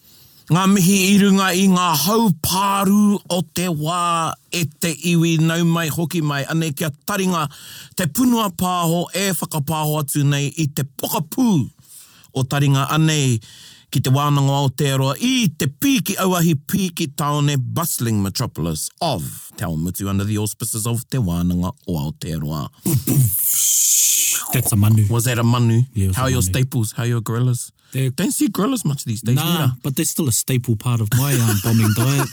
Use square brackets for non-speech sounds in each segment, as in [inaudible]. ngā mihi i runga i ngā haupāru o te wā e te iwi nau mai hoki mai. Ane kia taringa te punua pāho e whakapāho atu nei i te pokapū o taringa anei ki te wānanga Aotearoa i te pīki auahi pīki taone bustling metropolis of Te Mutu under the auspices of te wānanga o Aotearoa. That's a manu. Was that a manu? Yeah, it was How a are your manu. staples? How are your gorillas? They're- Don't see gorillas much these days. Nah, either. but they're still a staple part of my um, bombing diet.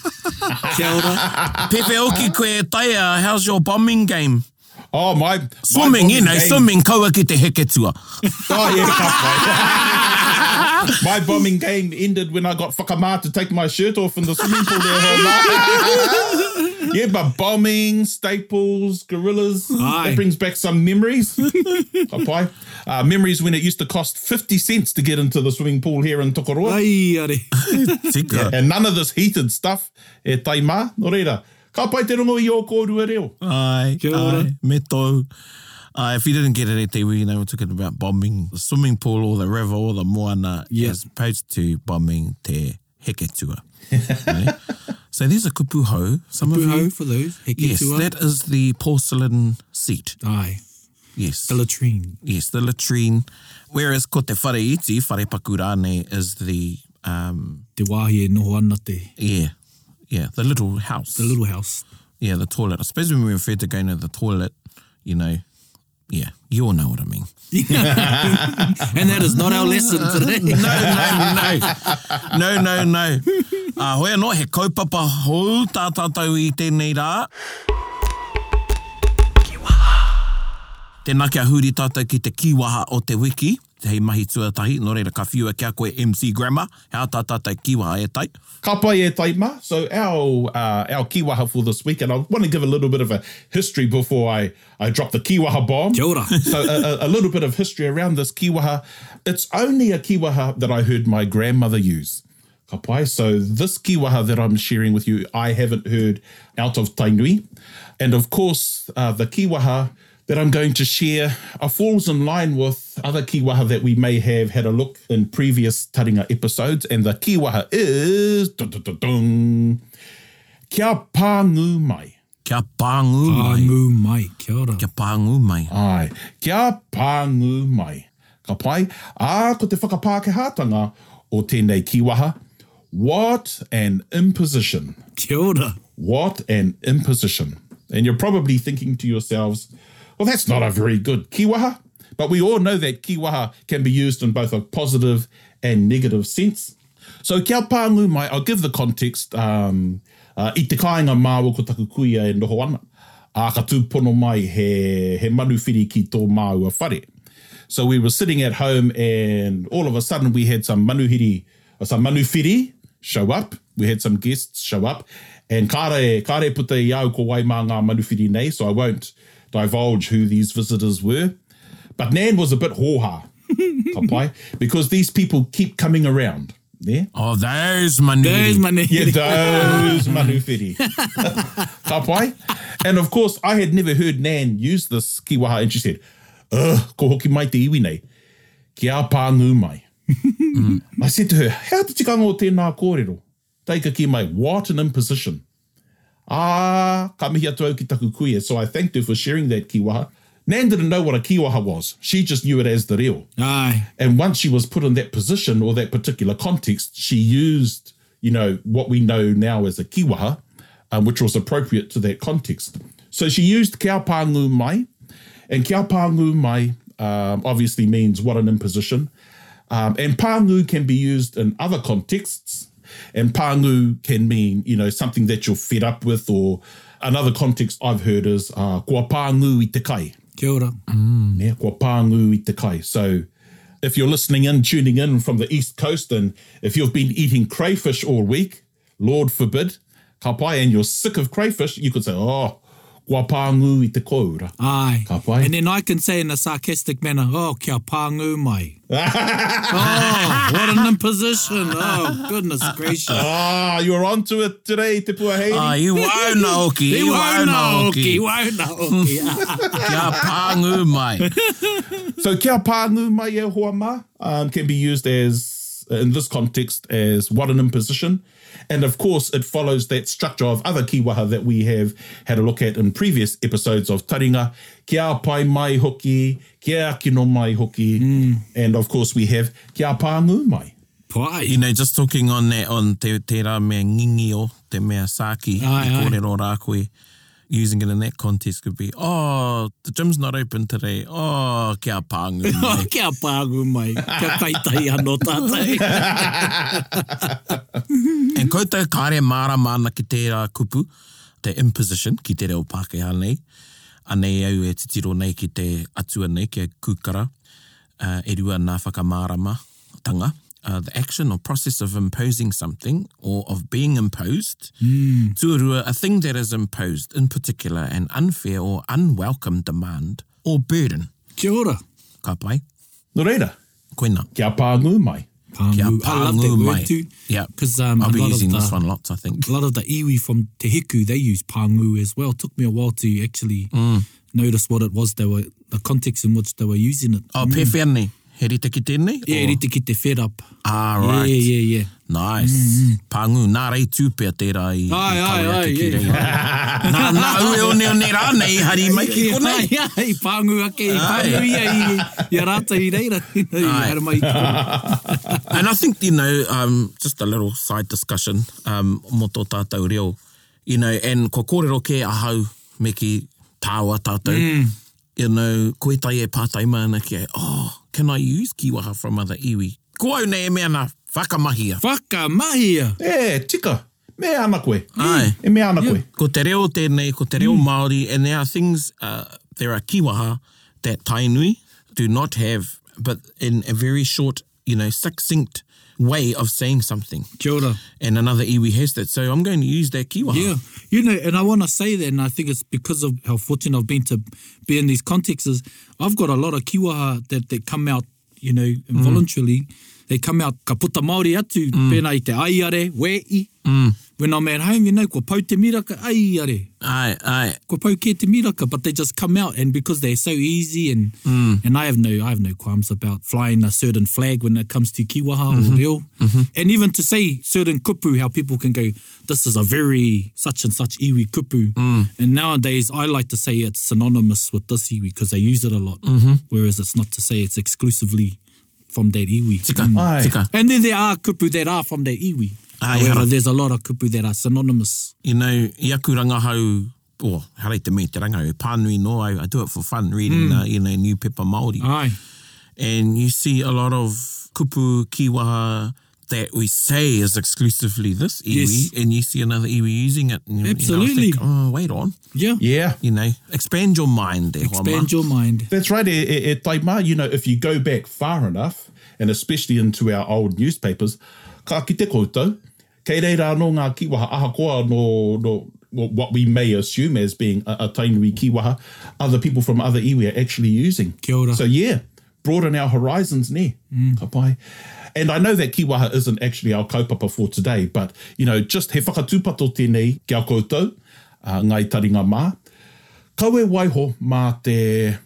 Kia ora. Pepe [laughs] Oki koe taia, how's your bombing game? Oh, my... my Swimming, you bombing know, game- swimming kaua ki te heke tua. Oh, yeah, [laughs] tough, mate. My bombing game ended when I got whakamā to take my shirt off in the swimming pool there. Hell, nah. [laughs] yeah, but bombing, staples, gorillas, Aye. that brings back [laughs] some memories. Papai. Uh, memories when it used to cost 50 cents to get into the swimming pool here in Tokoroa. Ai, are. Tika. And none of this heated stuff e tai mā. No reira, ka pai te rongo i o kōrua reo. Ai, Kia ora. ai, me tau. Ai, if you didn't get it at TV, you know, we're talking about bombing the swimming pool or the river or the moana Yeah. as opposed to bombing te heke tua. You know? [laughs] So these are kupuho. Some of you, Buho for those. Heke yes, tua. that is the porcelain seat. Aye. Yes. The latrine. Yes, the latrine. Whereas ko te whare iti, whare pakurane is the, um, Te wāhi e noho ana te. yeah, yeah, the little house. The little house. yeah, the toilet. I suppose when we refer to going to the toilet, you know, yeah, you all know what I mean. [laughs] and that is not our lesson today. No, no, [laughs] no. Uh, hoi anō, he kaupapa hou tā tātou i tēnei rā. Tēnā kia huri tātou ki te kiwaha o te wiki. Hei mahi tuatahi, nō reira ka whiua kia koe MC Grammar. Hea tā tātou kiwaha e tai. Ka pai e tai mā. So our, uh, our kiwaha for this week, and I want to give a little bit of a history before I, I drop the kiwaha bomb. Kia ora. so a, a- a little bit of history around this kiwaha. It's only a kiwaha that I heard my grandmother use. Ka pai. So this kiwaha that I'm sharing with you, I haven't heard out of Tainui. And of course, uh, the kiwaha that I'm going to share uh, falls in line with other kiwaha that we may have had a look in previous Taringa episodes. And the kiwaha is... dun, dun, dun, dun, Kia pāngu mai. Kia pāngu mai. Angu mai. Kia ora. Kia pāngu mai. Ai, kia pāngu mai. Ka pai, ā ko te whakapākehātanga o tēnei kiwaha. What an imposition. Kia ora. What an imposition. And you're probably thinking to yourselves, well, that's not a very good kiwaha. But we all know that kiwaha can be used in both a positive and negative sense. So kia pāngu mai, I'll give the context. Um, uh, I te kāinga māua ko taku kuia e noho ana. A ka tūpono mai he, he manu whiri ki tō māua whare. So we were sitting at home, and all of a sudden we had some manuhiri, or some manufiri show up. We had some guests show up, and kare kare puta i au ko wai mā ngā manufiri nei. So I won't divulge who these visitors were, but Nan was a bit hoha, ka pai, because these people keep coming around. Yeah, Oh, there's my new. There's my name. yeah, those manufiri. Ka pai. And of course, I had never heard Nan use this kiwaha, and she said, Ugh, ko hoki mai te iwi nei. Kia pāngu mai. I said to her, how te tikanga o tēnā kōrero? Teika ki mai, what an imposition. Ah, ka mihi atu au ki taku kuia. So I thanked her for sharing that kiwaha. Nan didn't know what a kiwaha was. She just knew it as the reo. Aye. And once she was put in that position or that particular context, she used, you know, what we know now as a kiwaha, um, which was appropriate to that context. So she used kia pāngu mai, and kia pāngu mai um, obviously means what an imposition. Um, and pāngu can be used in other contexts, and pāngu can mean, you know, something that you're fed up with, or another context I've heard is uh, kua pāngu i te kai Kia ora. ne, kua pāngu i te kai. So if you're listening in, tuning in from the East Coast, and if you've been eating crayfish all week, Lord forbid, ka pai and you're sick of crayfish, you could say, oh, kua pāngu i te koura. Aye. Ka pai. And then I can say in a sarcastic manner, oh, kia pāngu mai. oh, what an imposition. Oh, goodness gracious. Ah, you're onto it today, Te Puaheiri. Ah, i [laughs] wauna oki, i wauna oki. Wauna [laughs] oki. Kia pāngu [laughs] mai. So kia pāngu mai e hoa mā um, can be used as, in this context, as what an imposition. And of course, it follows that structure of other kiwaha that we have had a look at in previous episodes of Taringa. Kia pai mai hoki, kia kino mai hoki. And of course, we have kia pāngu mai. You Pai. know, just talking on that, on te, te rā mea ngingi o, te mea saki, Ai, i ai. kōrero rā koe, using it in that context could be, oh, the gym's not open today, oh, kia [laughs] pāngu [laughs] Oh, mai. kia pāngu mai. Kia taitai anō tātai. And koutou kāre māra māna ki tērā kupu, te imposition ki te reo Pākehā nei, anei au e titiro nei ki te atua nei, kia kūkara, uh, e rua nā whakamārama tanga, uh, the action or process of imposing something or of being imposed, Hmm. mm. tuarua, a thing that is imposed, in particular an unfair or unwelcome demand or burden. [laughs] Kia ora. Ka pai, No reira, koina. kia pāngu mai. Kia Pāngu. I love that pāngu mai. word too. Yeah, 'Cause, um, I'll a be lot of using this the- one lots, I think. a lot of the iwi from Te Hiku, they use pāngu as well. took me a while to actually Mm. notice what it was they were, the context in which they were using it. Oh, pēwhia nei. He rite ki tēnei? Mm. Yeah, Or- you need to get their fed up. Ah, right. Yeah, yeah, yeah. Nice. Pāngu, nā rei tūpea tērā i, Ai, i ai, tauraki ai, ki yeah. [laughs] rei. nā, nā ue o neo nei rā nei, hari mai ki konei. Ai, ai, i pāngu ake, i pāngu ia i, i a rāta i reira. [laughs] Ai. Ai. Haere mai i tō. And I think, you know, um, just a little side discussion um, mo tō tātou reo. You know, and ko kōrero ke ahau me ki tāua tātou. Mm. You know, koe tai e pātai mana ki e, oh, can I use kiwaha from other iwi? Ko au nei e mea nā whakamahia. Whakamahia. E, tika, me ana koe. Ai. E me ana koe. Ko te reo tēnei, ko te reo mm. Māori, and there are things, uh, there are kiwaha that Tainui do not have, but in a very short, you know, succinct way of saying something. Kia ora. And another iwi has that, so I'm going to use that kiwaha. Yeah, you know, and I want to say that, and I think it's because of how fortunate I've been to be in these contexts. Is I've got a lot of kiwaha that that come out, you know, involuntarily. They come out ka puta Māori atu, mm. pēnā i te aiare, wei. Mm. When I'm at home, you know, ko pau te miraka, aiare. Ai, ai. Ko pau ke te miraka, but they just come out, and because they're so easy, and mm. and I have no I have no qualms about flying a certain flag when it comes to kiwaha or reo, mm-hmm. and even to say certain kupu, how people can go, this is a very such and such iwi kupu, mm. and nowadays I like to say it's synonymous with this iwi because they use it a lot, mm-hmm. whereas it's not to say it's exclusively from that iwi. Mm. Tika, Ai. tika. And then there are kupu that are from that iwi. Ai, However, hara. there's a lot of kupu that are synonymous. You know, i aku rangahau, oh, harei te me te rangahau, pānui no au, I do it for fun, reading, uh, you know, newspaper Māori. Aye. and you see a lot of kupu kiwaha that we say is exclusively this iwi, Yes. and you see another iwi using it. And, you- Absolutely. You know, I think, oh, wait on. Yeah. Yeah. You know, expand your mind there, Expand your mind. That's right. E, e, e taima, you know, if you go back far enough, and especially into our old newspapers, ka ki te koutou, kei reira no ngā kiwaha ahakoa no, no wh- what we may assume as being a, a tainui kiwaha, other people from other iwi are actually using. Kia ora. Mm. So yeah, broaden our horizons ne. Ka pai. And I know that kiwaha isn't actually our kaupapa for today, but, you know, just he whakatūpato tēnei kia koutou, uh, ngai taringa mā, Kaue waiho mā te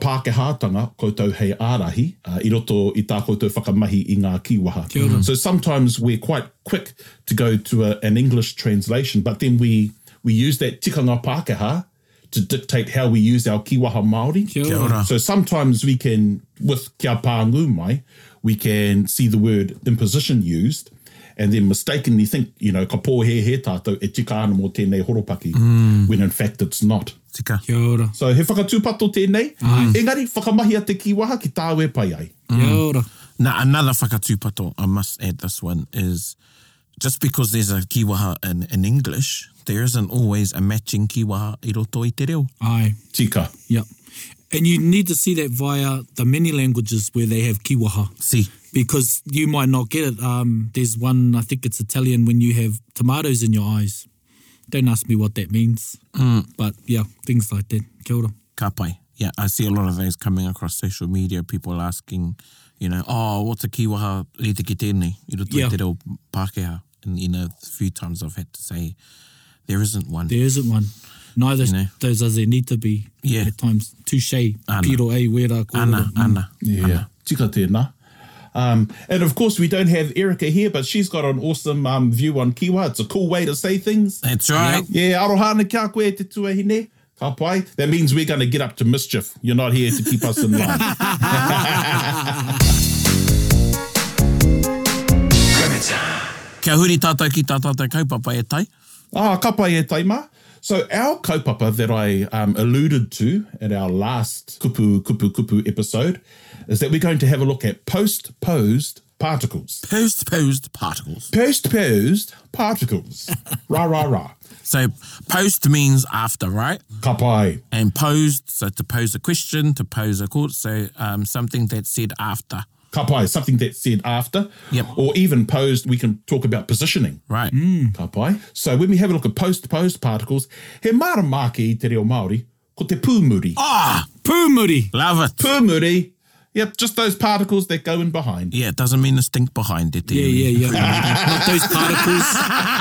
whakapākehātanga koutou hei ārahi uh, i roto i tā koutou whakamahi i ngā kiwaha. Kia ora. So sometimes we're quite quick to go to a, an English translation, but then we, we use that tikanga Pākehā to dictate how we use our kiwaha Māori. Kia ora. Kia ora. So sometimes we can, with kia pāngu mai, we can see the word imposition used and then mistakenly think, you know, ka pōhe he tātou e tika ana mō tēnei horopaki, Mm. when in fact it's not. Tika. Kia ora. So he whakatūpato tēnei, engari whakamahi a te kiwaha ki tāwe pai ai. Kia Mm. ora. Now, another whakatūpato, I must add this one, is just because there's a kiwaha in, in English, there isn't always a matching kiwaha i roto i te reo. Aye. Tika. Yep. And you need to see that via the many languages where they have kiwaha. See. Because you might not get it. Um, there's one, I think it's Italian, when you have tomatoes in your eyes. Don't ask me what that means. Mm. But yeah, things like that. Kia ora. Ka pai. Yeah, I see a lot of those coming across social media, people asking, you know, oh, what's a kiwaha rite ki tēnei? I roto yeah. Yeah. te reo Pākehā. And, you know, a few times I've had to say, there isn't one. There isn't one. Neither You know. does there need to be Yeah. at times. Touche, Ana. piro e, wera, kōrero. Ana, ana. Yeah, tika tēnā. Um, and of course, we don't have Erica here, but she's got an awesome um, view on Kiwa. It's a cool way to say things. That's right. Yeah, arohana kia koe te tuahine. Ka pai. That means we're going to get up to mischief. You're not here to keep us in line. Kia huri tātou ki tā tātou kaupapa e tai. Ah, ka pai e taima. So our kaupapa that I um, alluded to at our last kupu kupu kupu episode is that we're going to have a look at postposed particles. Postposed particles. Postposed [laughs] particles. ra ra ra. So post means after, right? Ka pai. And posed, so to pose a question, to pose a court, so um, something that's said after, Ka pai, something that's said after. Yep. Or even posed, we can talk about positioning. Hmm. right? Ka pai. So when we have a look at postposed particles, he maramaki i te reo Māori ko te pūmuri. Oh. Ah, Pūmuri. love it. Pūmuri. Yep, just those particles that go in behind. Yeah, it doesn't mean a stink behind it. Yeah, anyway. yeah, yeah. not those particles.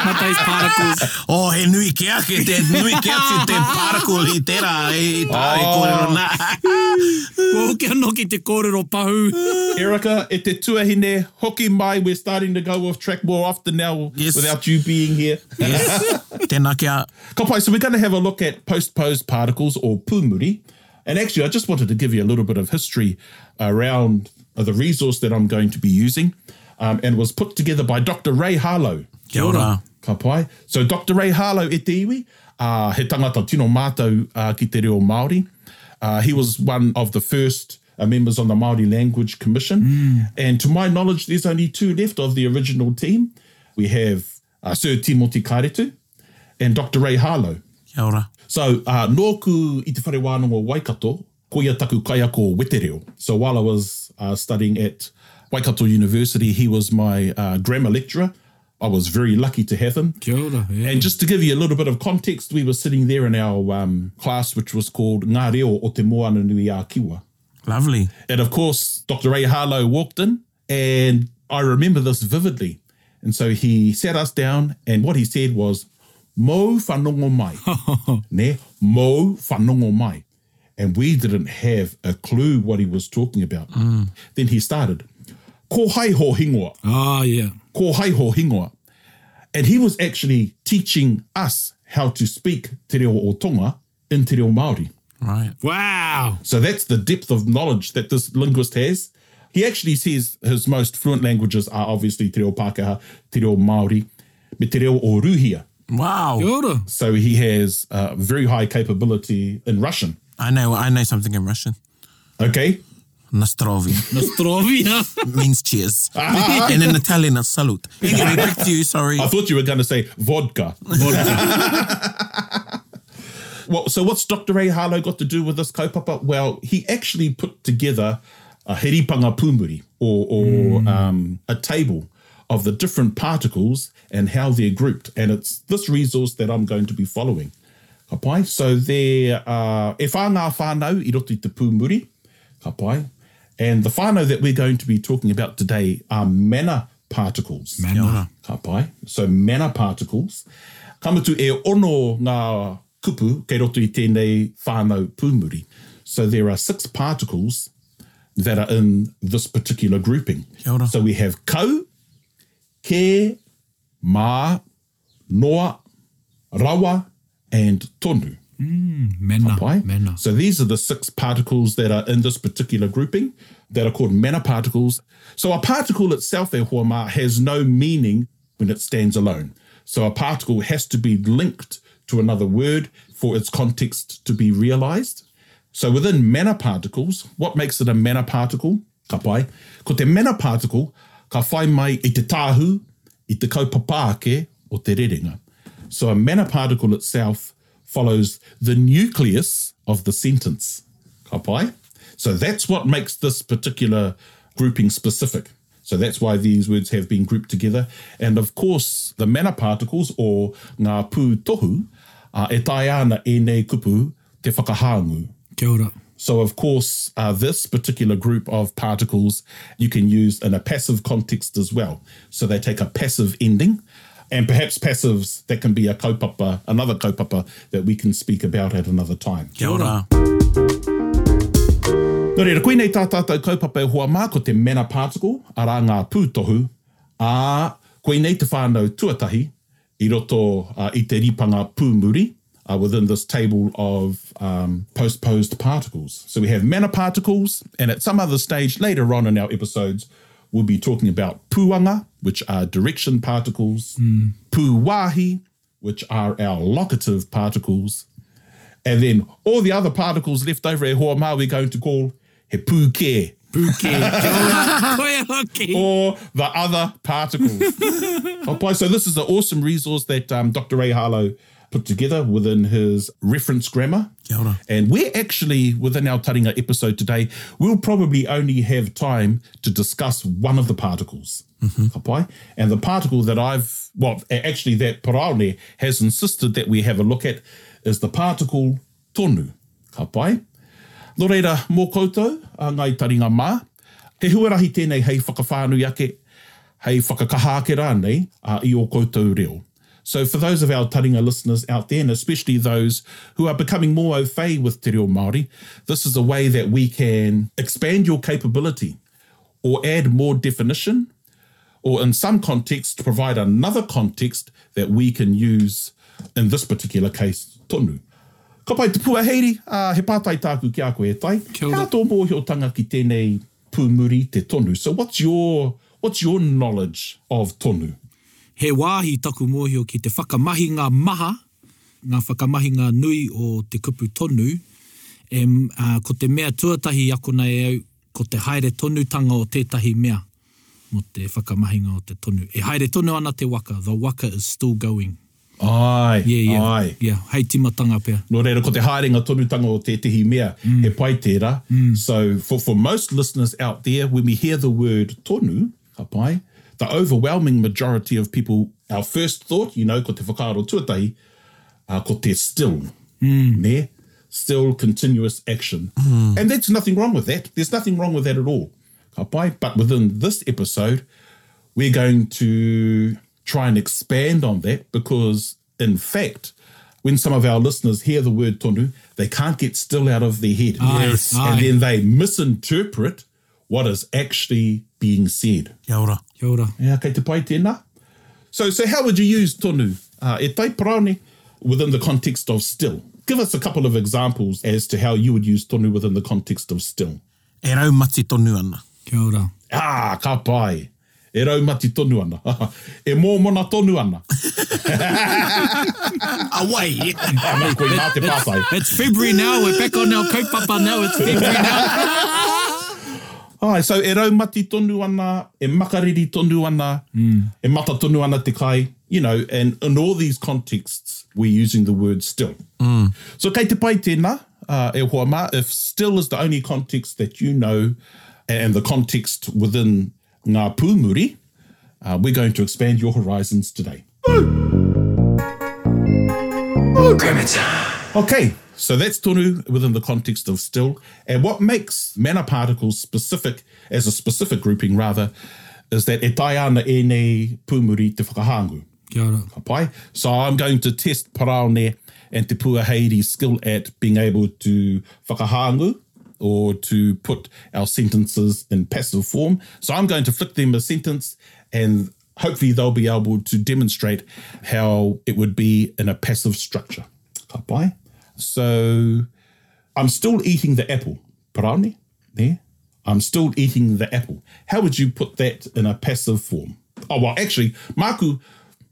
Not those [laughs] particles. Oh, he nui ke ake, te nui ke ake, te parako i tērā, e, e tā, Oh. e kōrero nā. Ko kia no ki te kōrero pahu. Erica, e te tuahine, hoki mai, we're starting to go off track more often now Yes. without you being here. Yes, [laughs] tēnā kia, Kopai, so we're going to have a look at postposed particles or pumuri. And actually, I just wanted to give you a little bit of history around uh, the resource that I'm going to be using um, and was put together by Dr. Ray Harlow. kia ora. Kapai. So Dr. Ray Harlow e te iwi, uh, he tangata tino mātou uh, ki te reo Māori. Uh, he was one of the first uh, members on the Māori Language Commission. Mm. And to my knowledge, there's only two left of the original team. We have uh, Sir Timothy Kairetu and Dr. Ray Harlow. Kia ora. So, uh, nōku i te whare wānongo Waikato, ko ia taku kaiako wetereo. So, while I was uh, studying at Waikato University, he was my uh, grammar lecturer. I was very lucky to have him. Kia ora, eh? yeah. And just to give you a little bit of context, we were sitting there in our um, class, which was called Ngā Reo o Te Moana Nui a Kiwa. Lovely. And of course, Dr. Ray Harlow walked in, and I remember this vividly. And so he sat us down, and what he said was, Mo whanongo mai. ne? Mo whanongo mai. And we didn't have a clue what he was talking about. Then he started, Ko hai ho hingoa. Ah, yeah. Ko hai ho hingoa. And he was actually teaching us how to speak te reo o tonga in te reo Māori. Right. Wow. So that's the depth of knowledge that this linguist has. He actually says his most fluent languages are obviously Te Reo Pākehā, Te Reo Māori, me Te Reo o Ruhia. Kia Wow. ora. So he has uh, very high capability in Russian. I know, I know something in Russian. Okay? Nastrovi. Nostrovia. means [laughs] cheers. and in Italian, a salute. Anyway, back to you, sorry. I thought you were going to say vodka. well, so what's Dr. Ray Harlow got to do with this kaupapa? Well, he actually put together a heripanga pumuri or, or um, a table of the different particles and how they're grouped. And it's this resource that I'm going to be following. Ka pai. So there are e whānau whānau i roto i te pūmuri. Ka pai. And the whānau that we're going to be talking about today are mana particles. Kia ora. Ka pai. So mana particles. Kamatu e ono ngā kupu kei roto i tēnei whānau pūmuri. So there are six particles that are in this particular grouping. Kia ora. So we have kau, ke, mā, noa, rawa, and tonu. Mena. Pai. Mena. So these are the six particles that are in this particular grouping that are called mana particles. So a particle itself, e hoa mā, has no meaning when it stands alone. So a particle has to be linked to another word for its context to be realized. So within mana particles, what makes it a mana particle? Ka pai. Ko te mana particle, ka whai mai i te tāhu, i te kaupapāke o te rerenga. So a mana particle itself follows the nucleus of the sentence. Ka pai. So that's what makes this particular grouping specific. So that's why these words have been grouped together. And of course, the mana particles or ngā pū tohu uh, e tai ana e nei kupu te whakahangu. Kia ora. So, of course, uh, this particular group of particles you can use in a passive context as well. So, they take a passive ending, and perhaps passives that can be a kaupapa, another kaupapa that we can speak about at another time. Kia ora. Nō reira, koe nei tā tātou kaupapa e hoa mā ko te mena particle, arā ngā pūtohu, a koe nei te whānau tuatahi i roto uh, i te ripanga pūmuri uh, within this table of um, postposed particles. So we have mena particles, and at some other stage later on in our episodes, we'll be talking about pūanga, which are direction particles, pūwahi, which are our locative particles, and then all the other particles left over at Hoamā we're going to call he pūke, Pūke. Kia ora. Koe hoki. or the other particles. oh boy, so this is an awesome resource that um, Dr. Ray Harlow put together within his reference grammar. Kia ora. And we're actually, within our Taringa episode today, we'll probably only have time to discuss one of the particles. Ka pai? And the particle that I've, well, a- actually that Paraone has insisted that we have a look at is the particle tonu. Ka pai? Nō reira, mō koutou, a ngai taringa mā. He huarahi tēnei hei whakawhānui ake, hei whakakaha ake rānei uh, i o koutou reo. So for those of our taringa listeners out there, and especially those who are becoming more au fait with te reo Māori, this is a way that we can expand your capability or add more definition or in some context provide another context that we can use in this particular case, tonu. Ka pai te puaheiri, uh, he pātai tāku ki a koe tai. Kia ora. Kā tō mōhiotanga ki tēnei pūmuri te tonu? So what's your, what's your knowledge of tonu? He wāhi taku mōhio ki te whakamahi ngā maha, ngā whakamahi ngā nui o te kupu tonu, e, uh, ko te mea tuatahi ako nei au, ko te haere tonutanga o tētahi mea, mo te whakamahinga o te tonu. E haere tonu ana te waka, the waka is still going. Ai, Yeah, yeah. ai. Yeah, hei timatanga pia. Nō reira, ko te haerenga tonutanga o te tihi mea, mm. he pai tērā. Mm. So for, for most listeners out there, when we hear the word tonu, ka pai, the overwhelming majority of people, our first thought, you know, ko te whakaaro tuatahi, uh, ko te still. Mm. Ne? Still continuous action. And that's nothing wrong with that. There's nothing wrong with that at all. Ka pai. But within this episode, we're going to try and expand on that because, in fact, when some of our listeners hear the word tonu, they can't get still out of their head. Aye, Yes. And aye. then they misinterpret what is actually being said. Kia ora. Kia ora. Yeah, kei te pai tēnā. So, so how would you use tonu uh, e tai parane within the context of still? Give us a couple of examples as to how you would use tonu within the context of still. E rau mati tonu ana. Kia ora. Ah, ka pai. E rau mati tonu ana. [laughs] e mō mona tonu ana. Away! Ah, mei koe nā te pātai. It's February now, we're back on our kaupapa now, it's February now. Ai, so e rau mati tonu ana, e makariri tonu ana, mm. e mata tonu ana te kai, you know, and in all these contexts, we're using the word still. Mm. So kei te pai tēnā, uh, e hoa mā, if still is the only context that you know and the context within ngā pūmuri, uh, we're going to expand your horizons today. Grammar time. Okay, so that's tonu within the context of still. And what makes mana particles specific, as a specific grouping rather, is that e tai ana e nei pūmuri te whakahangu. Kia ora. Ka pai? So I'm going to test Paraone and Te Puaheiri's skill at being able to whakahangu or to put our sentences in passive form. So I'm going to flick them a sentence and hopefully they'll be able to demonstrate how it would be in a passive structure. Ka pai? So I'm still eating the apple. Paraone? There? I'm still eating the apple. How would you put that in a passive form? Oh, well, actually, Maku,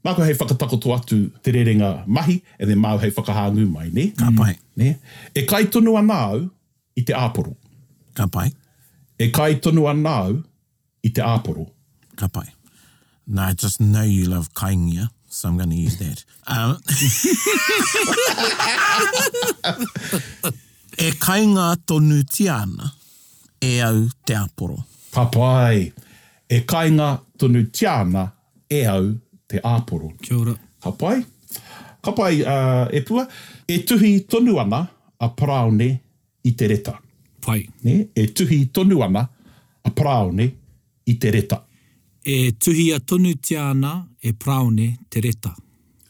Maku hei whakatakoto atu te rerenga mahi, and then Mau hei whakahāngu mai, ne? Ka pai. Ne? E kai tonu anau i te āporo. Ka pai. E kai tonu anau i te āporo. Ka pai. No, I just know you love kaingia, so I'm going to use that. Um, [laughs] E kainga tonu tiana e au te aporo. Papai, e kainga tonu tiana e au te āporo. Kia ora. Ka pai, ka pai uh, e pua, e tuhi tonu ana a paraone i te reta. Pai. Ne? E tuhi tonu ana a paraone i te reta. E tuhi a tonu tiana e praone te reta.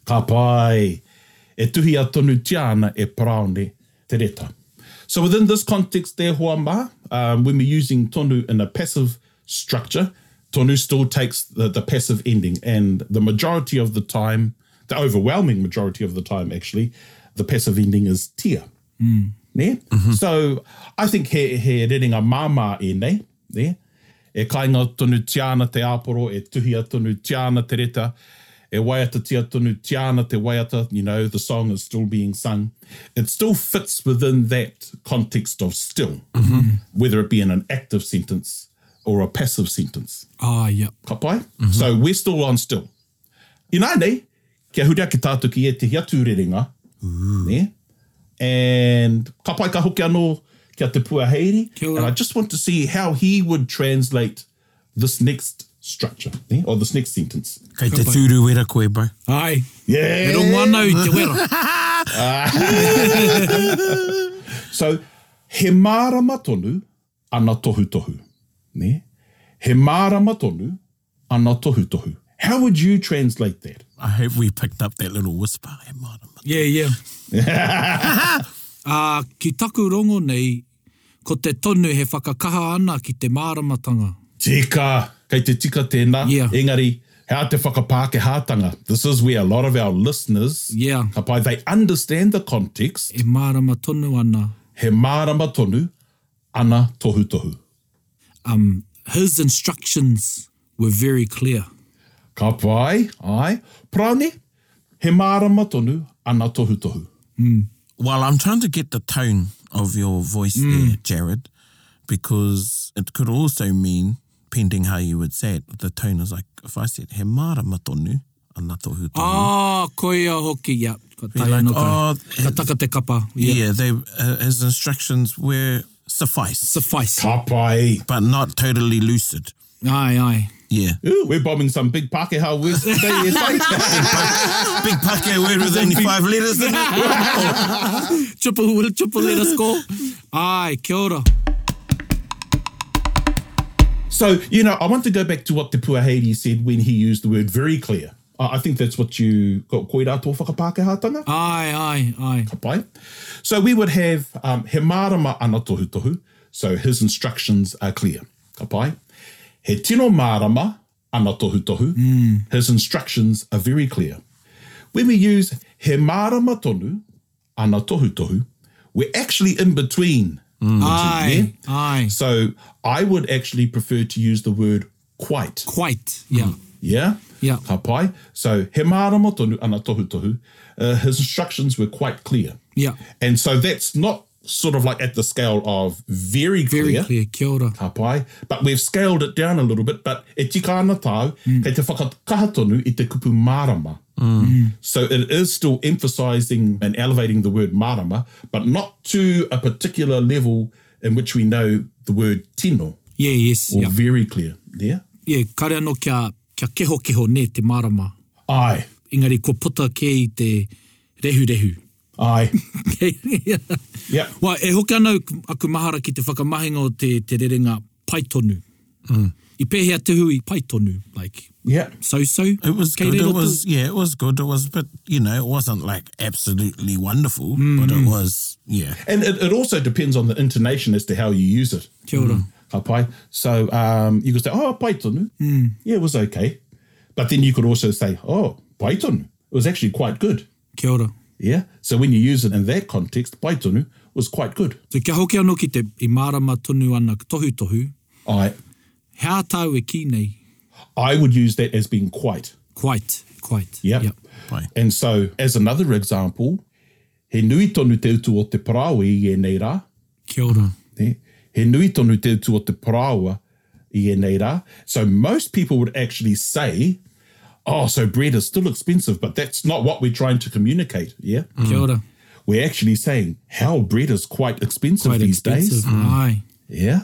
Ka pai, e tuhi a tonu tiana e paraone te reta. So within this context there, Hoa Ma, um, when we're using tonu in a passive structure, tonu still takes the, the passive ending. And the majority of the time, the overwhelming majority of the time actually, the passive ending is tia. Ne? So I think he, he rerenga māmā e nei, ne? e kainga tonu tiana te āporo, e tuhi tonu tiana te reta, e waiata tia tonu tiana te waiata, you know, the song is still being sung. It still fits within that context of still, whether it be in an active sentence or a passive sentence. Ah, yeah. Ka pai? So we're still on still. Inā nei, kia hurea ki tātou ki e te hiatu rerenga. Ne? And ka pai ka hoki anō kia te pua heiri. Kia ora. And I just want to see how he would translate this next structure, ne? or this next sentence. Kei te Ka pai. tūru wera koe, bro. Ai. Yeah. E rongo anau [laughs] i te wera. So, he mārama tonu ana tohu tohu. Ne? He mārama tonu ana tohu tohu. How would you translate that? I hope we picked up that little whisper. Hey, marama. Yeah, yeah. uh, ki taku rongo nei, ko te tonu he whakakaha ana ki te māramatanga. Tika, kei te tika tēnā, Yeah. engari, hea te whakapākehātanga. This is where a lot of our listeners, Yeah. ka pai, they understand the context. E mārama tonu ana. He mārama tonu ana tohu tohu. Um, his instructions were very clear. Ka pai, ai, praone, he mārama tonu ana tohu tohu. Well, I'm trying to get the tone of your voice there, Jared, because it could also mean, depending how you would say it, the tone is like, if I said, he marama tonu, ana tohu tonu. Ah, koia hoki, yeah. Ka Be tai like, anō ka, oh, ka taka te kapa. Yeah. yeah, they, uh, his instructions were suffice, Suffice. Ka pai. but not totally lucid. Ai, ai. Yeah. Ooh, we're bombing some big [laughs] Pākehā words today. It's like- Big Pake word with only five letters in it. Triple, will triple let us go. [laughs] Ai, kia ora. so, you know, I want to go back to what Te Puaheiri said when he used the word very clear. I I think that's what you got koi rātou whakapākehātanga. Ai, ai, ai. Pai. So we would have um, he mārama ana tohu tohu, so his instructions are clear. Ka pai. He tino mārama ana tohu tohu, his instructions are very clear. When we use he mārama tonu ana tohu tohu, we're actually in between. Hmm. Ai, ai. So I would actually prefer to use the word quite. Quite, yeah. Hmm. Yeah? Yeah. Ka pai. So he mārama tonu ana tohu tohu, uh, his instructions were quite clear. Yeah. And so that's not sort of like at the scale of very clear, Oh, Very clear. Kia ora. tapai, but we've scaled it down a little bit. But e tika ana tau, Mm. kei te whakakaha tonu i te kupu marama. Mm. So it is still emphasizing and elevating the word marama, but not to a particular level in which we know the word tino Yeah, yes. or Oh. Yeah. very clear. Yeah? Yeah, kare anō kia, kia keho keho ne te marama. Ai, Engari, ko puta ke i te rehu rehu. [laughs] ai. yeah. Wā, e hoki anau aku mahara ki te whakamahinga o te, te rerenga paitonu. Hmm. I pēhea te hui paitonu, like, Yeah. so-so. It was Kei good. rero It tō- was yeah, it was good. It was, but you know, it wasn't like absolutely wonderful, but it was yeah. And it, it also depends on the intonation as to how you use it. Mm. Kia ora. ka pai. So um, you could say, oh, pai tonu. Mm. Yeah, it was okay. But then you could also say, oh, pai tonu. It was actually quite good. Kia ora. Yeah. So when you use it in that context, pai tonu was quite good. So kia hoki anō ki te i marama tonu ana tohu tohu, I hea tau e ki nei. I would use that as being quite. Quite, quite. Yep. Yep. Pai. And so as another example, he nui tonu te utu o te parāwe i e nei rā. Kia ora. Ne? He nui tonu te utu o te parāwa i e nei rā. So most people would actually say, oh, so bread is still expensive, but that's not what we're trying to communicate. Yeah. Kia ora. we're actually saying how bread is quite expensive Quite these expensive. days. Aye. Yeah.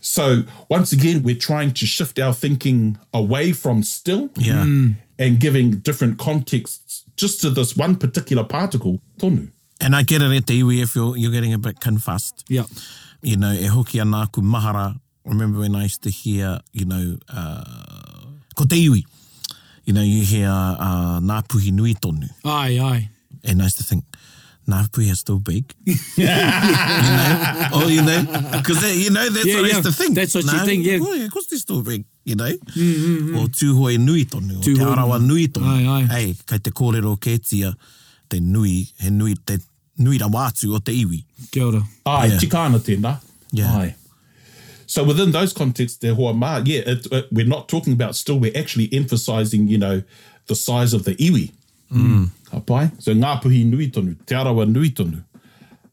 So once again, we're trying to shift our thinking away from still Yeah. and giving different contexts just to this one particular particle, tonu. And I get it at the iwi if you're, you're getting a bit confused. Yeah. You know, e hoki ana ku mahara. Remember when I used to hear, you know, uh, ko te iwi. You know, you hear uh, nā puhi nui tonu. Aye, aye. and I used to think, Napoli are still big. [laughs] you know? Or, you know, because, you know, that's Yeah, what I yeah. used to think. That's what you Nā- think, yeah. Mm, Well, yeah, of course they're still big, you know. Mm-hmm. Or tūhoe nui tonu, or te Tūhoe arawa nui tonu. Ai, ai. Hey, kei te kōrero kētia, te nui, he nui, te nui rawātu o te iwi. Kia ora. Ai, Yeah. tikana tēnā. Yeah. Ai. So within those contexts, there hoa mā, yeah, it, it, we're not talking about still, we're actually emphasizing, you know, the size of the iwi. Mm. Pai? So ngā puhi nui tonu, te arawa nui tonu.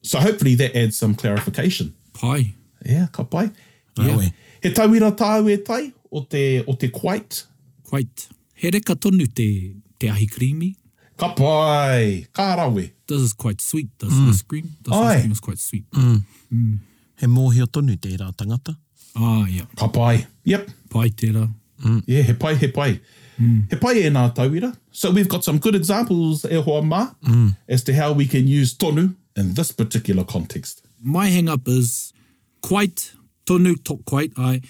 So hopefully that adds some clarification. Pai. Yeah, ka pai. Yeah. Rawe. He tauira tāue tai o te, o te quite. Quite. He reka tonu te, te ahi creamy. Ka pai, kā rawe. This is quite sweet, this ice cream. This Aye. ice cream is quite sweet. He mōhio tonu tērā tangata. Ah, yeah. Ka pai. Yep. Pai tērā. Yeah, he pai, he pai. Hmm. He pai e nā tauira. So we've got some good examples e hoa mā Hmm. as to how we can use tonu in this particular context. my hang up is quite tonu to quite I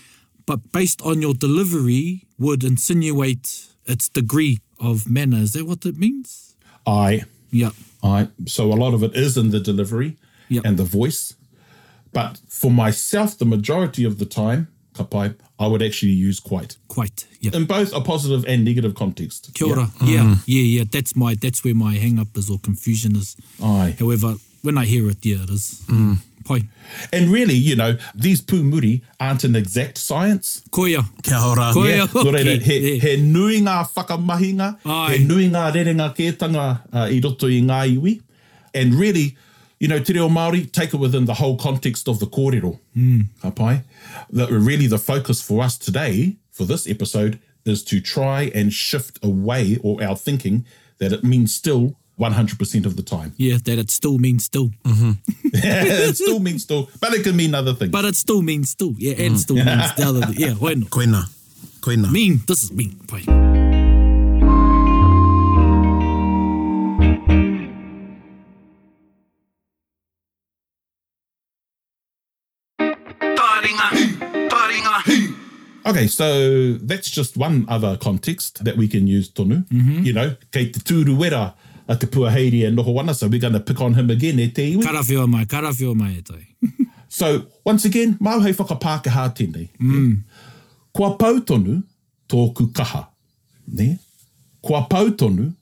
but based on your delivery would insinuate its degree of manner. Is that what it means? I, Yeah. I. So a lot of it is in the delivery Yep. and the voice. But for myself, the majority of the time, ka pai, I would actually use quite. Quite. Yeah. In both a positive and negative context. Kia ora. Yeah. Mm. Yeah, yeah. That's my that's where my hang up is or confusion is. Aye. Mm. However, when I hear it, yeah it is. Pai. And really, you know, these pūmuri aren't an exact science. Koia. Kia ora. Koe- Yeah, Yeah, [laughs] okay, no reira, he, yeah. he nui ngā whakamahinga, Ai. he nui ngā rerenga kētanga uh, i roto i ngā iwi. And really, you know, te reo Māori, take it within the whole context of the kōrero. Hmm. Mm. Ka pai? That really the focus for us today, for this episode, is to try and shift away or our thinking that it means still 100% of the time. [laughs] Yeah, that it still means still. Mm. it still means still, but it can mean other things. But it still means still. Yeah, Mm. and still [laughs] means the other. Yeah, why not? Koina. Koina. Mean, this is mean, pai. Taringa, taringa, Okay, so that's just one other context that we can use tonu. You know, kei te tūruwera a te puaheiri and noho wana, so we're going to pick on him again e te iwi. Karawhiwa mai, karawhiwa mai e tai. So, once again, māuhei whakapākehā tēnei. Kua pau tonu tōku kaha. Ne? Kua pau tonu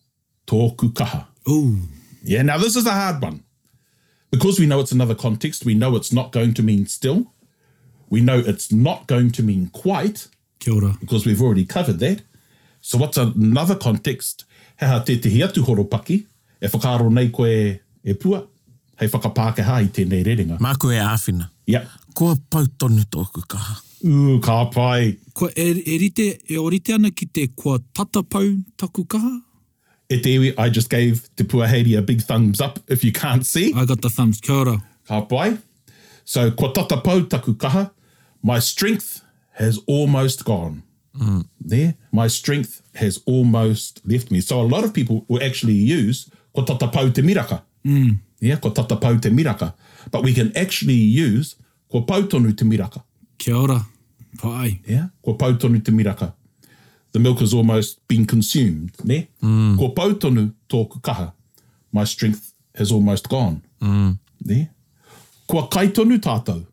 tōku kaha. Ooh. Yeah, now this is a hard one. Because we know it's another context, we know it's not going to mean still. We know it's not going to mean quite. Kia ora. because we've already covered that. So what's another context? Hea te te hiatu horopaki, e whakaro nei koe e pua, hei whakapākehā i tēnei rerenga. Mā koe e āwhina. Yep. Kua pau tonu tōku kaha. Ū, kā pai. Ko e, e, rite, e orite ana ki te kua tatapau taku kaha? E te iwi, I just gave te puaheiri a big thumbs up if you can't see. I got the thumbs. Kia ora. Ka pai. So, ko tata pau taku kaha, my strength has almost gone. There, my strength has almost left me. So, a lot of people will actually use ko tata pau te miraka. Yeah, ko tata pau te miraka. But we can actually use ko pau tonu te miraka. Kia ora. Pai. Yeah, ko pau tonu te miraka. The milk has almost been consumed. Ne? Ko pau tonu tōku kaha. My strength has almost gone. Ne? Kua kai tonu tātou.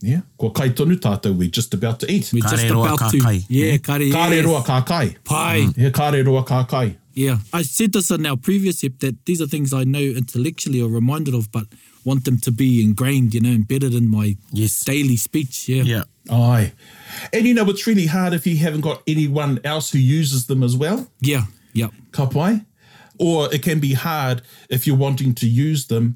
Yeah, kua kai tonu tātou. We're just about to eat. We're Ka just re roa Mm. about ka to. kai. Yeah, kare. Yeah. Kāre roa kā kai. Pai. Yeah, kāre roa kā kai. Yeah. I said this in our previous ep that these are things I know intellectually or reminded of, but want them to be ingrained, you know, embedded in my Yes. daily speech. Yeah. Yeah. Aye. And you know, it's really hard if you haven't got anyone else who uses them as well. Yeah. Yeah. ka pai. Or it can be hard if you're wanting to use them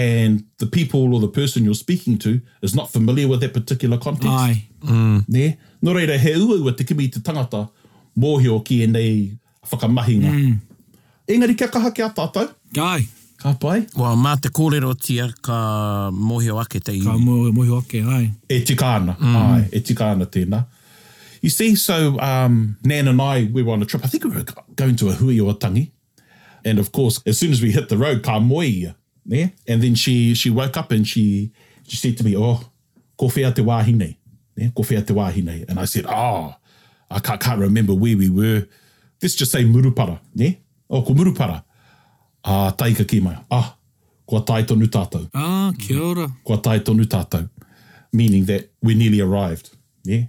and the people or the person you're speaking to is not familiar with that particular context. Aye. Ne? Nō reira, he ua ua te kimi te tangata mōhio ki e nei whakamahinga. Engari kia kaha kia tātou, Aye. Ka pai? Wā, mā te kōrero tia ka mōhio ake te iwi. Ka mo, mohi ake, ai. E tikana. Ai, e tikana tēnā. You see, so um, Nan and I, we were on a trip. I think we were go- going to a hui o tangi. And of course, as soon as we hit the road, ka moi ia. Yeah? And then she she woke up and she she said to me, oh, ko whea te wāhi nei. Yeah? Ko whea te wāhi nei. And I said, oh, I can't, can't remember where we were. Let's just say murupara. Yeah? Oh, ko murupara. Ah, taika ki mai. Ah, ko tai tonu tātou Ah, kia ora. kua tae tonu tātou. Meaning that we nearly arrived. Yeah?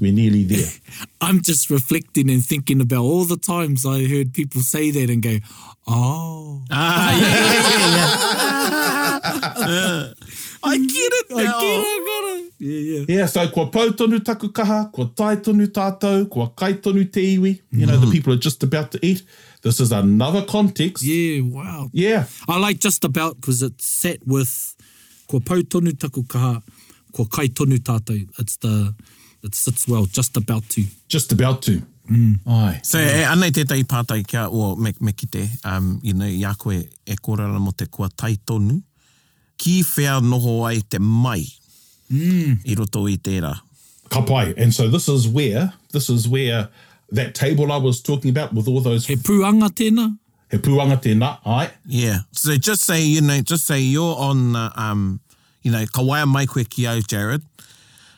We're nearly there. I'm just reflecting and thinking about all the times I heard people say that and go, oh. Ah, yeah, yeah, yeah, yeah. [laughs] I get it I now. get it, I got it. Yeah, yeah. yeah, so kua pau tonu taku kaha, kua tae tonu tātou, kua kai tonu te iwi. You know, the people are just about to eat. This is another context. Yeah, wow. Yeah. I like just about because it's set with kua pau tonu taku kaha, kua kai tonu tātou. It's the, it sits well, just about to. Just about to. Ai. So, e, anei tētai pātai kia o me, me kite, um, you know, i a koe e kōrara mo te kua tai tonu, ki whea noho ai te mai mm. i roto i tērā. Ka pai. And so this is where, this is where that table I was talking about with all those He pūanga tēnā? he puanga tēnā, ai, Yeah. So just say, you know, just say you're on, uh, um, you know, ka waia mai koe ki au, Jared,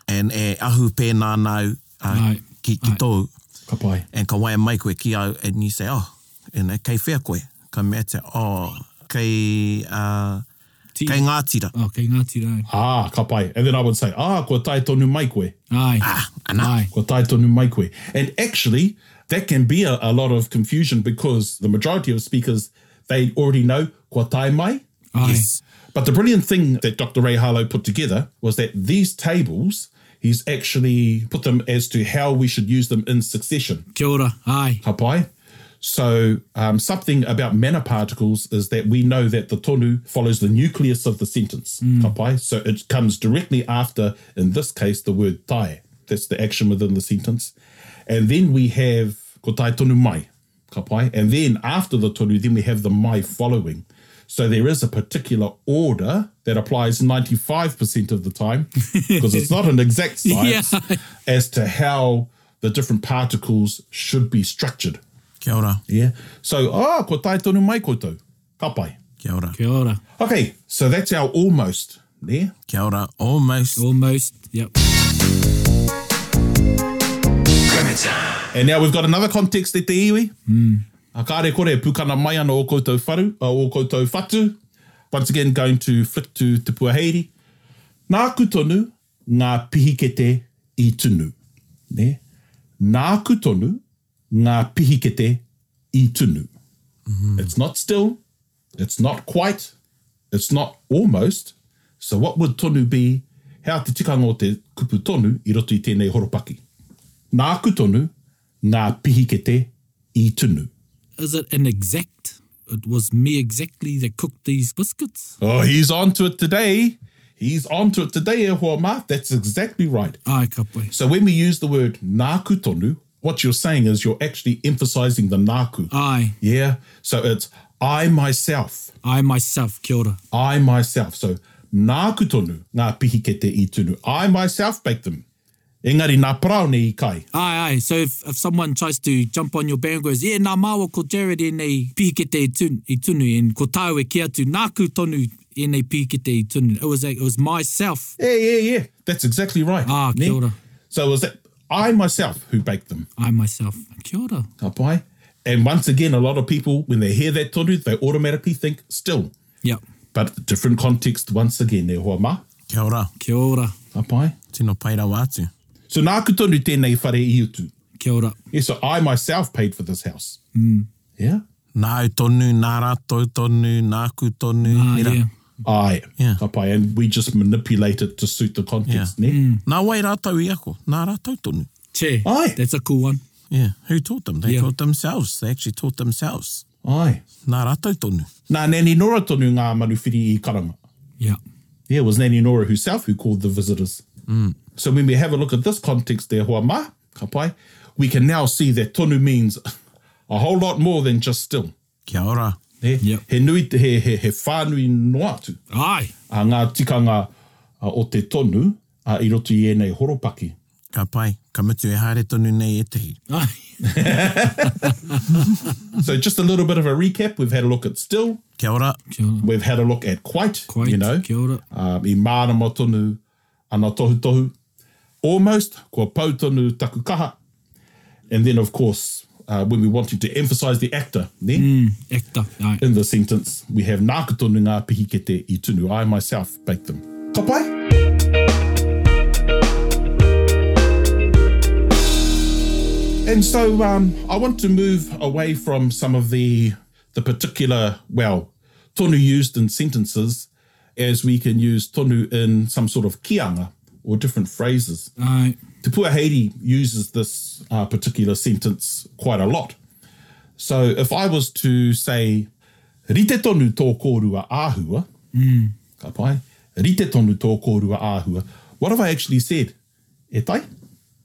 and e ahu pēnā nau uh, Ai. ki, ki Ai. tōu, ka pai. and ka waia mai koe ki au, and you say, oh, you know, kei whea koe, ka mea te, oh, kei, uh, Tira. kei Ngātira. Oh, kei Ngāti Rau. Ah, ka pai. And then I would say, ah, kua tae tonu mai koe. Ai. Ah, ana. Ai. Ko tai tonu mai koe. And actually, that can be a, a lot of confusion because the majority of speakers, they already know ko tai mai. Ai. Yes. But the brilliant thing that Dr. Ray Harlow put together was that these tables, he's actually put them as to how we should use them in succession. Kia ora. Ai. Hapai. So, um, something about manner particles is that we know that the tonu follows the nucleus of the sentence. Hapai. So, it comes directly after, in this case, the word tai. That's the action within the sentence. And then we have ko tai tonu mai. Hapai. And then after the tonu, then we have the mai following. So, there is a particular order that applies 95% of the time because it's not an exact science Yeah. [laughs] as to how the different particles should be structured. Kia ora, Yeah. So, ah, ko tai tonu mai koutou. Ka pai. kia ora, Kia ora. Okay, so that's our almost there. kia ora, almost. Almost. Yep. And now we've got another context e te iwi. A kāre kore, pukana mai ana o koutou wharu, uh, o koutou whatu. Once again, going to flick to Te Puaheiri. Nā kutonu, ngā pihikete i tunu. Ne? Nā kutonu, ngā pihikete i tunu. It's not still, it's not quite, it's not almost. So what would tonu be? Hea te tikanga o te kupu tonu i roto i tēnei horopaki. Nā aku tonu, ngā pihikete i tunu. Is it an exact? It was me exactly that cooked these biscuits. Oh, he's on to it today. He's on to it today, e hoa mā. That's exactly right. Ai, ka pai. So when we use the word nā aku tonu, what you're saying is you're actually emphasizing the naku. Ai. Yeah. So it's I myself. I myself. Kia ora. I myself. So nā aku tonu, ngā pihikete i tunu. I myself baked them. Engari nā parao nei i kai. Ai, ai. So if, if someone tries to jump on your band and goes, yeah, nā māua ko Jared e nei pīkete i tunu, i tunu and ko tāue ki atu, nāku tonu e nei pīkete i tunu. It was, like, it was myself. Yeah, yeah, yeah. That's exactly right. Ah, kia Ne? ora. So it was that I myself who baked them. I myself. Kia ora. Ka pai. And once again, a lot of people, when they hear that tonu, they automatically think still. Yep. But different context once again, e hoa ma. Kia ora, Kia ora. Ka pai. tino pairawa atu. So nā aku tonu tēnei whare i utu. Kia ora. Yeah, so I myself paid for this house. Hmm. Yeah? Nāu tonu, nā rātou tonu, nāku tonu, Ah, nira. yeah. I. Yeah. Ka pai. And we just manipulate it to suit the Yeah. context. Ne? Mm. Nā wai rātou i ako, nā rātou tonu. Che. Ai. That's a cool one. Yeah, who taught them? They Yeah. taught themselves. They actually taught themselves. Ai. Nā rātou tonu. Nā Nani Nora tonu ngā manuwhiri i karanga. Yeah. Yeah, it was Nani Nora herself who called the visitors. Mm. So when we have a look at this context there, hua ma, ka pai, [laughs] we can now see that tonu means a whole lot more than just still. Kia ora. He, Yep. he, nui, he, he, he whānui no atu Ai. a ngā tikanga a, o te tonu a i roto i ēnei horopaki. Ka pai, ka mutu e haere tonu nei e tehi. Ai. Mm. So just a little bit of a recap. We've had a look at Still. Kia ora, Kia ora. We've had a look at Quite. Mm. Quite, You know. kia ora. Um, I mārama tonu ana tohu tohu. Almost. Kua pau tonu taku kaha. And then, of course, uh, when we wanted to emphasize the actor, ne? Actor. Ai. in the sentence, we have nā ka tonu ngā pihi ke te i tunu. I myself bake them. Ka pai? And so um, I want to move away from some of the the particular well tonu used in sentences, as we can use tonu in some sort of kianga or different phrases. Ai. Te Puaheiri uses this uh, particular sentence quite a lot. So if I was to say, rite tonu tō kōrua āhua, ka pai, rite tonu tō kōrua āhua, what have I actually said? E tai?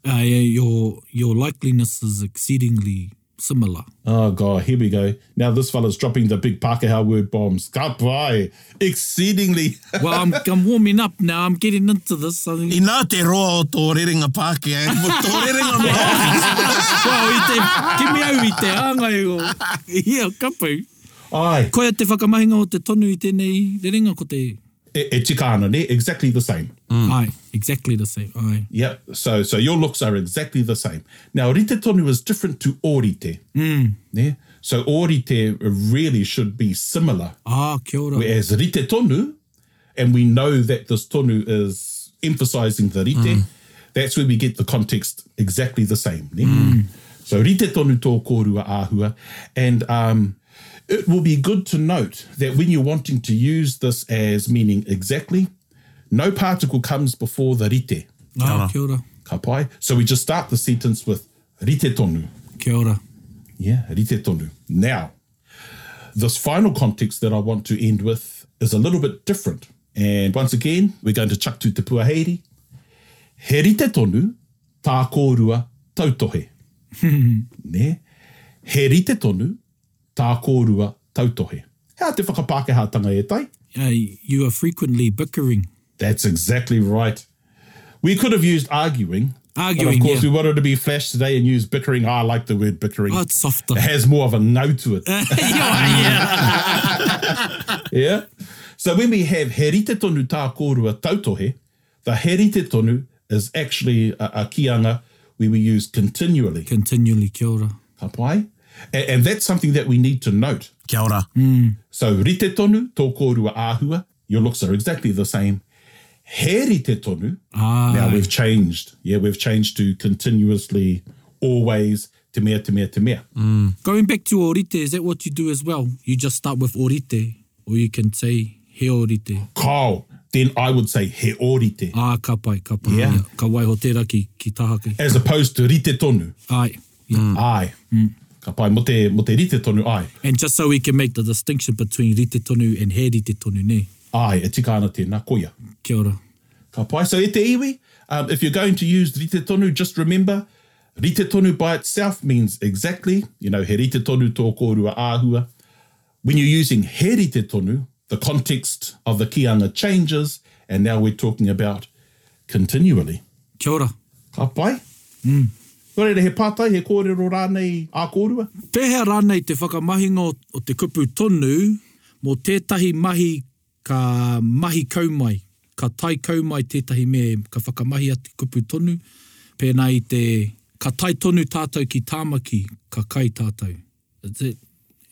Ai, ai, your, your likeliness is exceedingly similar. Oh god, here we go. Now this fella's dropping the big Pākehā word bombs. Ka pai, exceedingly. [laughs] Well, I'm, I'm warming up now. I'm getting into this. I [laughs] think. Inā te roa o tō rerenga Pākehā, mo tō rerenga mō. Wow, i te, ki me au i te hāngai o ia kapu. Ai, Koia te whakamahinga o te tonu i tēnei rerenga ko te... e, e tika ana, ne? Exactly the same. Mm. Ai, exactly the same. Ai. Yep. So so your looks are exactly the same. Now rite tonu is different to orite. Yeah? So orite really should be similar. Ah, kia ora. Whereas rite tonu, and we know that this tonu is emphasizing the rite, that's where we get the context exactly the same. ne? So rite tonu tō kōrua āhua. And um, it will be good to note that when you're wanting to use this as meaning exactly, no particle comes before the rite. Ah, kia ora. Ka pai. So we just start the sentence with rite tonu. Kia ora. Yeah, rite tonu. Now, this final context that I want to end with is a little bit different. And once again, we're going to chuck to te puaheiri. He rite tonu, tā kōrua tautohe. [laughs] ne? He rite tonu, tā kōrua tautohe. Hea te whakapākehātanga e tai? Ai, you are frequently bickering. That's exactly right. We could have used arguing. But Arguing, of course, yeah. we wanted to be flash today and use bickering. I like the word bickering. Oh, it's softer. It has more of a no to [laughs] it. [laughs] yeah. So when we have herite tonu tā kōrua tautohe, the herite tonu is actually a, a kianga where we use continually. Continually, kia ora. Ka pai? And, and that's something that we need to note. Kia ora. So rite tonu, tō kōrua āhua, your looks are exactly the same. He rite tonu, Ah. now we've changed. Yeah, we've changed to continuously, always, te mea, te mea, te mea. Going back to orite, is that what you do as well? You just start with orite, or you can say he orite. Kau, then I would say he orite, Ah, ka pai, ka pai. Yeah. ia. Ka waiho tērā ki, ki tahaki. as opposed to rite tonu, Ai. Mm. Yeah. ai. Ka pai, mo te, mo te rite tonu, ai. And just so we can make the distinction between rite tonu and he rite tonu, ne? Ai, e tika ana tēnā koia. Kia ora. Ka pai, so e te iwi, um, if you're going to use rite tonu, just remember, rite tonu by itself means exactly, you know, he rite tonu tō kōrua āhua. When you're using he rite tonu, the context of the kianga changes, and now we're talking about continually. Kia ora. Ka pai? Mm. Hmm. Kore he pātai, he kōrero rānei a kōrua. Pēhea rānei te whakamahinga o- o te kupu tonu mō tētahi mahi ka mahi kaumai, ka tai kaumai tētahi me ka whakamahi atu kupu tonu, pēnā i te ka tai tonu tātou ki tāmaki, ka kai tātou. That's it.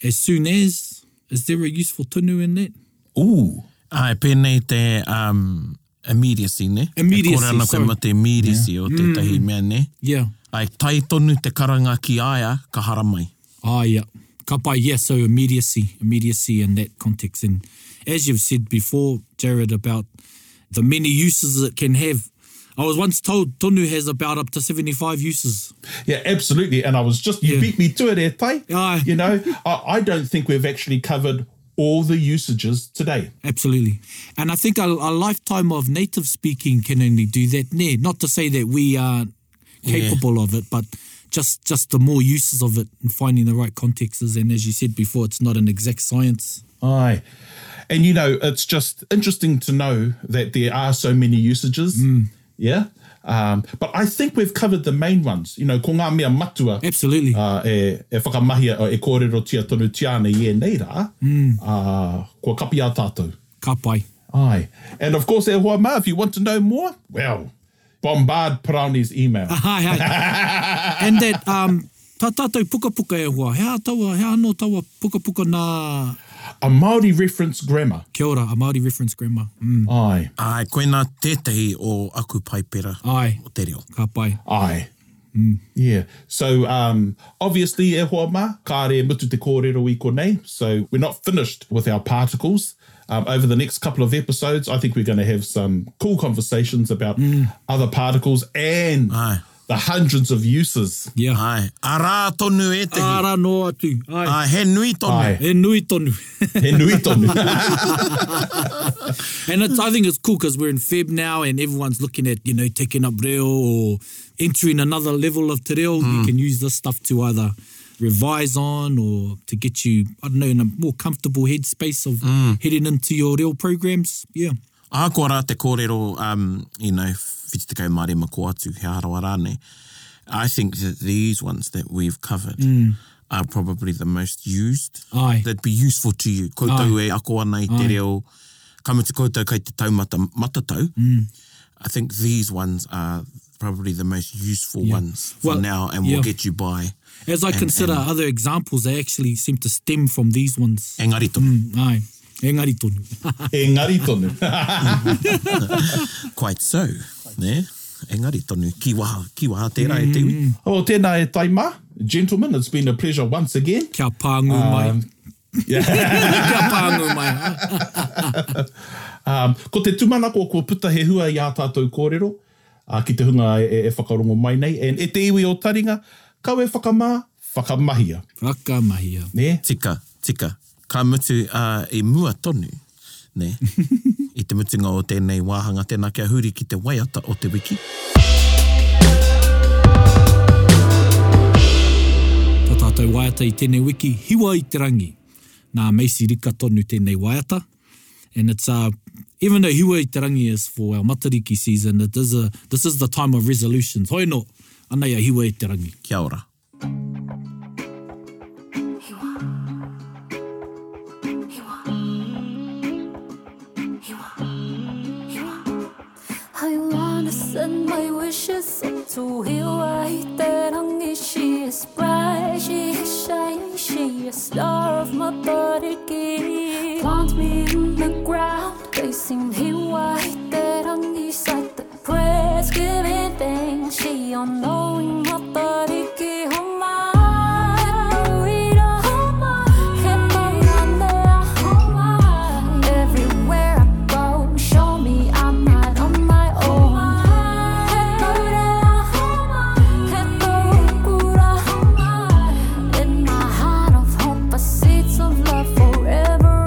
As soon as, is there a useful tonu in that? Ooh. Ai, e pēnei te um, immediacy, ne? Immediacy, e kora ana koe sorry. ma te immediacy yeah. o te mm. tahi mea, ne? Yeah. Ai, tai tonu te karanga ki aia, ka hara mai. Ah, yeah. Ka pai, yeah, so immediacy, immediacy in that context. And as you've said before, Jared, about the many uses it can have. I was once told tonu has about up to 75 uses. Yeah, absolutely. And I was just, you Yeah. beat me to it, e tai. Aye. You know, I, I don't think we've actually covered all the usages today. Absolutely. And I think a, a lifetime of native speaking can only do that. Nah, not to say that we are capable of it, but just just the more uses of it and finding the right contexts. And as you said before, it's not an exact science. Aye. And you know, it's just interesting to know that there are so many usages. Yeah. Um, but I think we've covered the main ones. You know, ko ngā mea matua. Absolutely. Uh, e, e whakamahia, e kōrero tia tonu tiana i e nei rā. Mm. Uh, kua kapi a tātou. Ka pai. Aye. And of course, e hoa mā, if you want to know more, well, bombard Parani's email. Ah, Hai, hai. and that um, tā tātou pukapuka e hoa. Hea taua, hea anō taua pukapuka nā A Māori reference grammar. kia ora, a Māori reference grammar. Mm. Aye. Ai, koe nā tētahi o aku paipera Ai, o te reo. ka pai. Aye. Mm. Yeah. So um, obviously, e hoa mā, kāre mutu te kōrero i konei. So we're not finished with our particles. Um, over the next couple of episodes, I think we're going to have some cool conversations about other particles and Aye. the hundreds of uses. Yeah. Ai, a rā tonu e tehi. Ara no atu. Ai. Ai, he nui tonu. Ai. E nui tonu. [laughs] He nui [laughs] tonu. and it's, I think it's cool because we're in Feb now and everyone's looking at, you know, taking up reo or entering another level of te reo. You can use this stuff to either revise on or to get you, I don't know, in a more comfortable headspace of heading into your reo programs. Yeah. Aha kua rā te kōrero, um, you know, whititakau Māori mako atu, he harawa rāne. I think that these ones that we've covered Hmm. are probably the most used. Ai. That'd be useful to you. Koutou e ako ana i te reo, kamutu koutou kei te taumata matatau. Hmm. Mm. I think these ones are probably the most useful ones for Well, now and will yeah. get you by. As I consider other examples, they actually seem to stem from these ones. Engari tō. Mm, Ai. Engari tonu. [laughs] Engari tonu. Hmm. Quite so. Ne? Engari tonu. Ki waha, ki waha tērā e te Hmm. iwi. [laughs] Oh, tēnā e taima. Gentlemen, it's been a pleasure once again. Kia pāngu Um, mai. [laughs] Yeah. Kia pāngu mai. um, ko te tumanako ko puta he hua i a tātou kōrero, uh, ki te hunga e, e whakarongo mai nei, and e te iwi o taringa, kau e whakamā, whakamahia. Whakamahia. Ne? tika, tika. Ka mutu uh, i mua tonu, ne? I te mutunga o tēnei wāhanga tēnā kia huri ki te waiata o te wiki. Tā tātou waiata i tēnei wiki, hiwa i te rangi. Nā meisi rika tonu tēnei waiata. And it's, uh, even though hiwa i te rangi is for our matariki season, it is a, this is the time of resolutions. Hoi no, anei a hiwa i te rangi. Kia ora. I wanna send my wishes up to Hiwahi Terangi. She is bright, she is shining, she is star of my Matariki. Plant me in the ground, facing Hiwahi Terangi. Sight the prayers, giving thanks, she unknowing Matariki. Oh my, we don't, oh my, and oh my, everywhere I go, show me I'm not on my own. In my heart of hope, a seeds of love for everyone.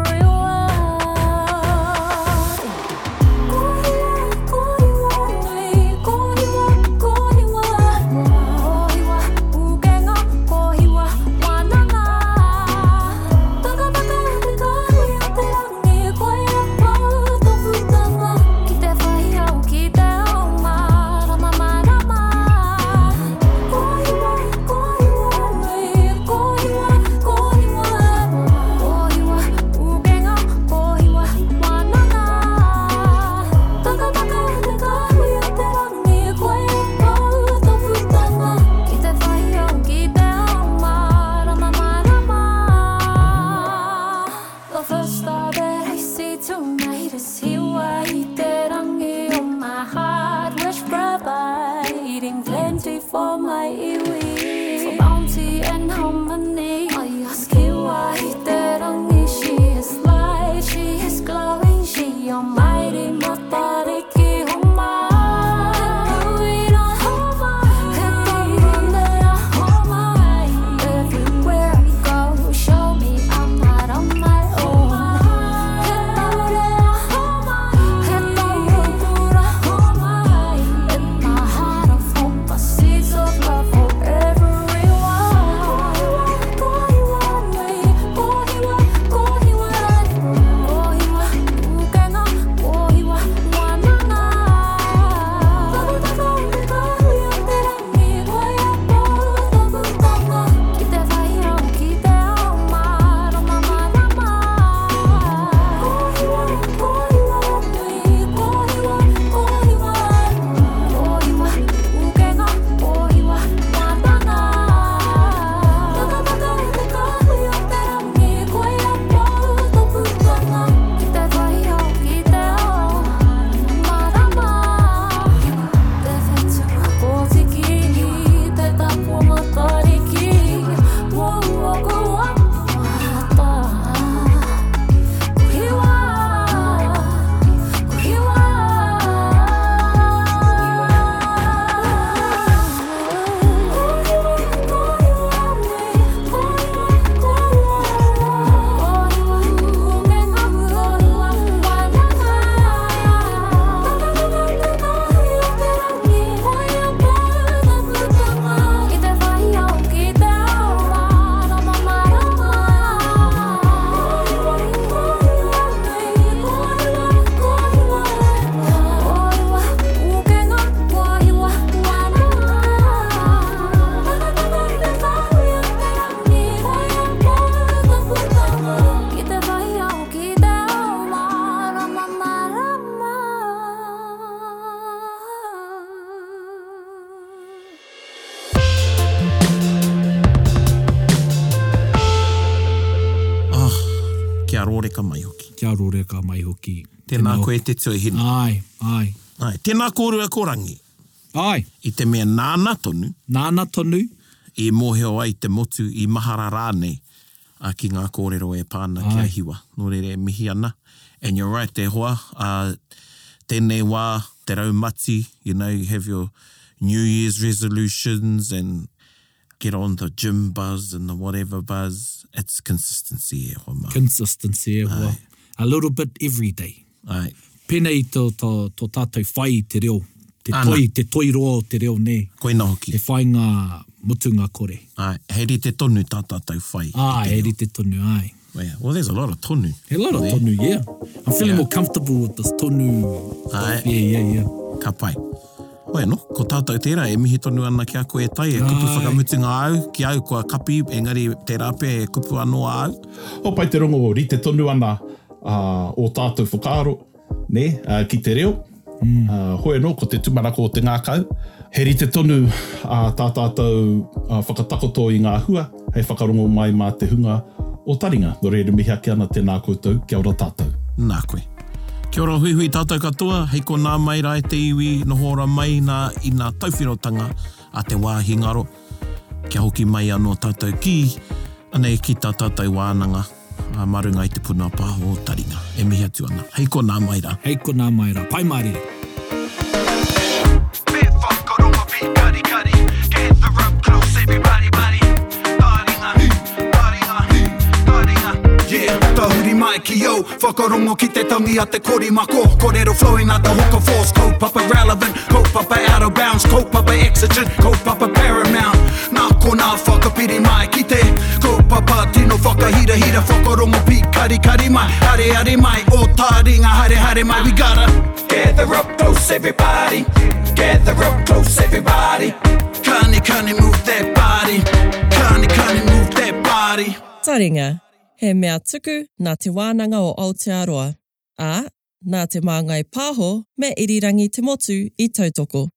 kia rōreka mai hoki. Kia rōre ka mai hoki. Tēnā Tēnā koe te tuihina. Ai, ai. Ai, tēnā kōrua korangi. Ai, I te mea nāna tonu, nāna tonu. i mōheo ai te motu i mahara rānei a ki ngā kōrero e pāna kia Ai. hiwa. Nō reire mihi ana. And you're right, te hoa. Uh, tēnei wā, te raumati, you know, you have your New Year's resolutions and get on the gym buzz and the whatever buzz. It's consistency e hoa mā. Consistency e hoa. A little bit every day. Ai, Pena i tō, tō, tō tātou whai i te reo. Te Ana. toi, te toi roa o te reo, ne. koina Te hoki. whai ngā mutu ngā kore. Ai, heri te tonu tātātou whai. Ai, e ri te tonu, ai. Yeah. Well, there's a lot of tonu. He lara tonu, yeah. I'm feeling Yeah. more comfortable with this tonu. Ai. Yeah, yeah, yeah. Ka pai. Oe no, ko tātou tērā e mihi tonu ana ki a koe tai e kupu Ai. whakamutunga au, ki au kua kapi, engari te rape e kupu anoa au. O pai te rongo o rite tonu ana uh, o tātou whakaaro, ne, uh, ki te reo. Mm. Uh, hoi no, ko te tumarako o te ngākau. He rite tonu uh, tā tātou uh, whakatakoto i ngā hua, hei whakarongo mai mā te hunga o taringa. Nō reira mihi ake ana tēnā koutou, kia ora tātou. Nā koe. Kia ora hui hui tātou katoa, hei ko nā mai rai te iwi, noho ora mai nā i nā tauwhinotanga a te wā hingaro. Kia hoki mai anō tātou ki, anei ki tā tātou wānanga, a marunga i te puna pā o taringa. E mihi atu ana. Hei ko nā mai rā. Hei ko nā mai rā. Pai maari. Bit whakaronga beat, cuddy cuddy. Gather up close, everybody, buddy. Taringa, taringa, taringa. Yeah, tahuri mai ki au Whakarongo ki te tangi a te kori mako Korero flowing a te hoka force Kaupapa relevant, kaupapa out of bounds Kaupapa exigent, kaupapa paramount Nā ko nā whakapiri mai ki te Kaupapa tino whakahira hira Whakarongo pi kari kari mai Hare hare mai, o taringa hare hare mai We gotta Gather up close, everybody. Gather up close, everybody. Kani kani move that body. Kani kani move that body. Taringa, he mea tuku nā te wānanga o Aotearoa, ā, nā te māngai pāho me irirangi te motu i tautoko.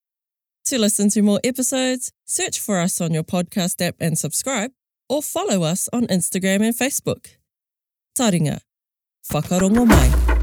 To listen to more episodes, search for us on your podcast app and subscribe, or follow us on Instagram and Facebook. Taringa, whakarongo mai.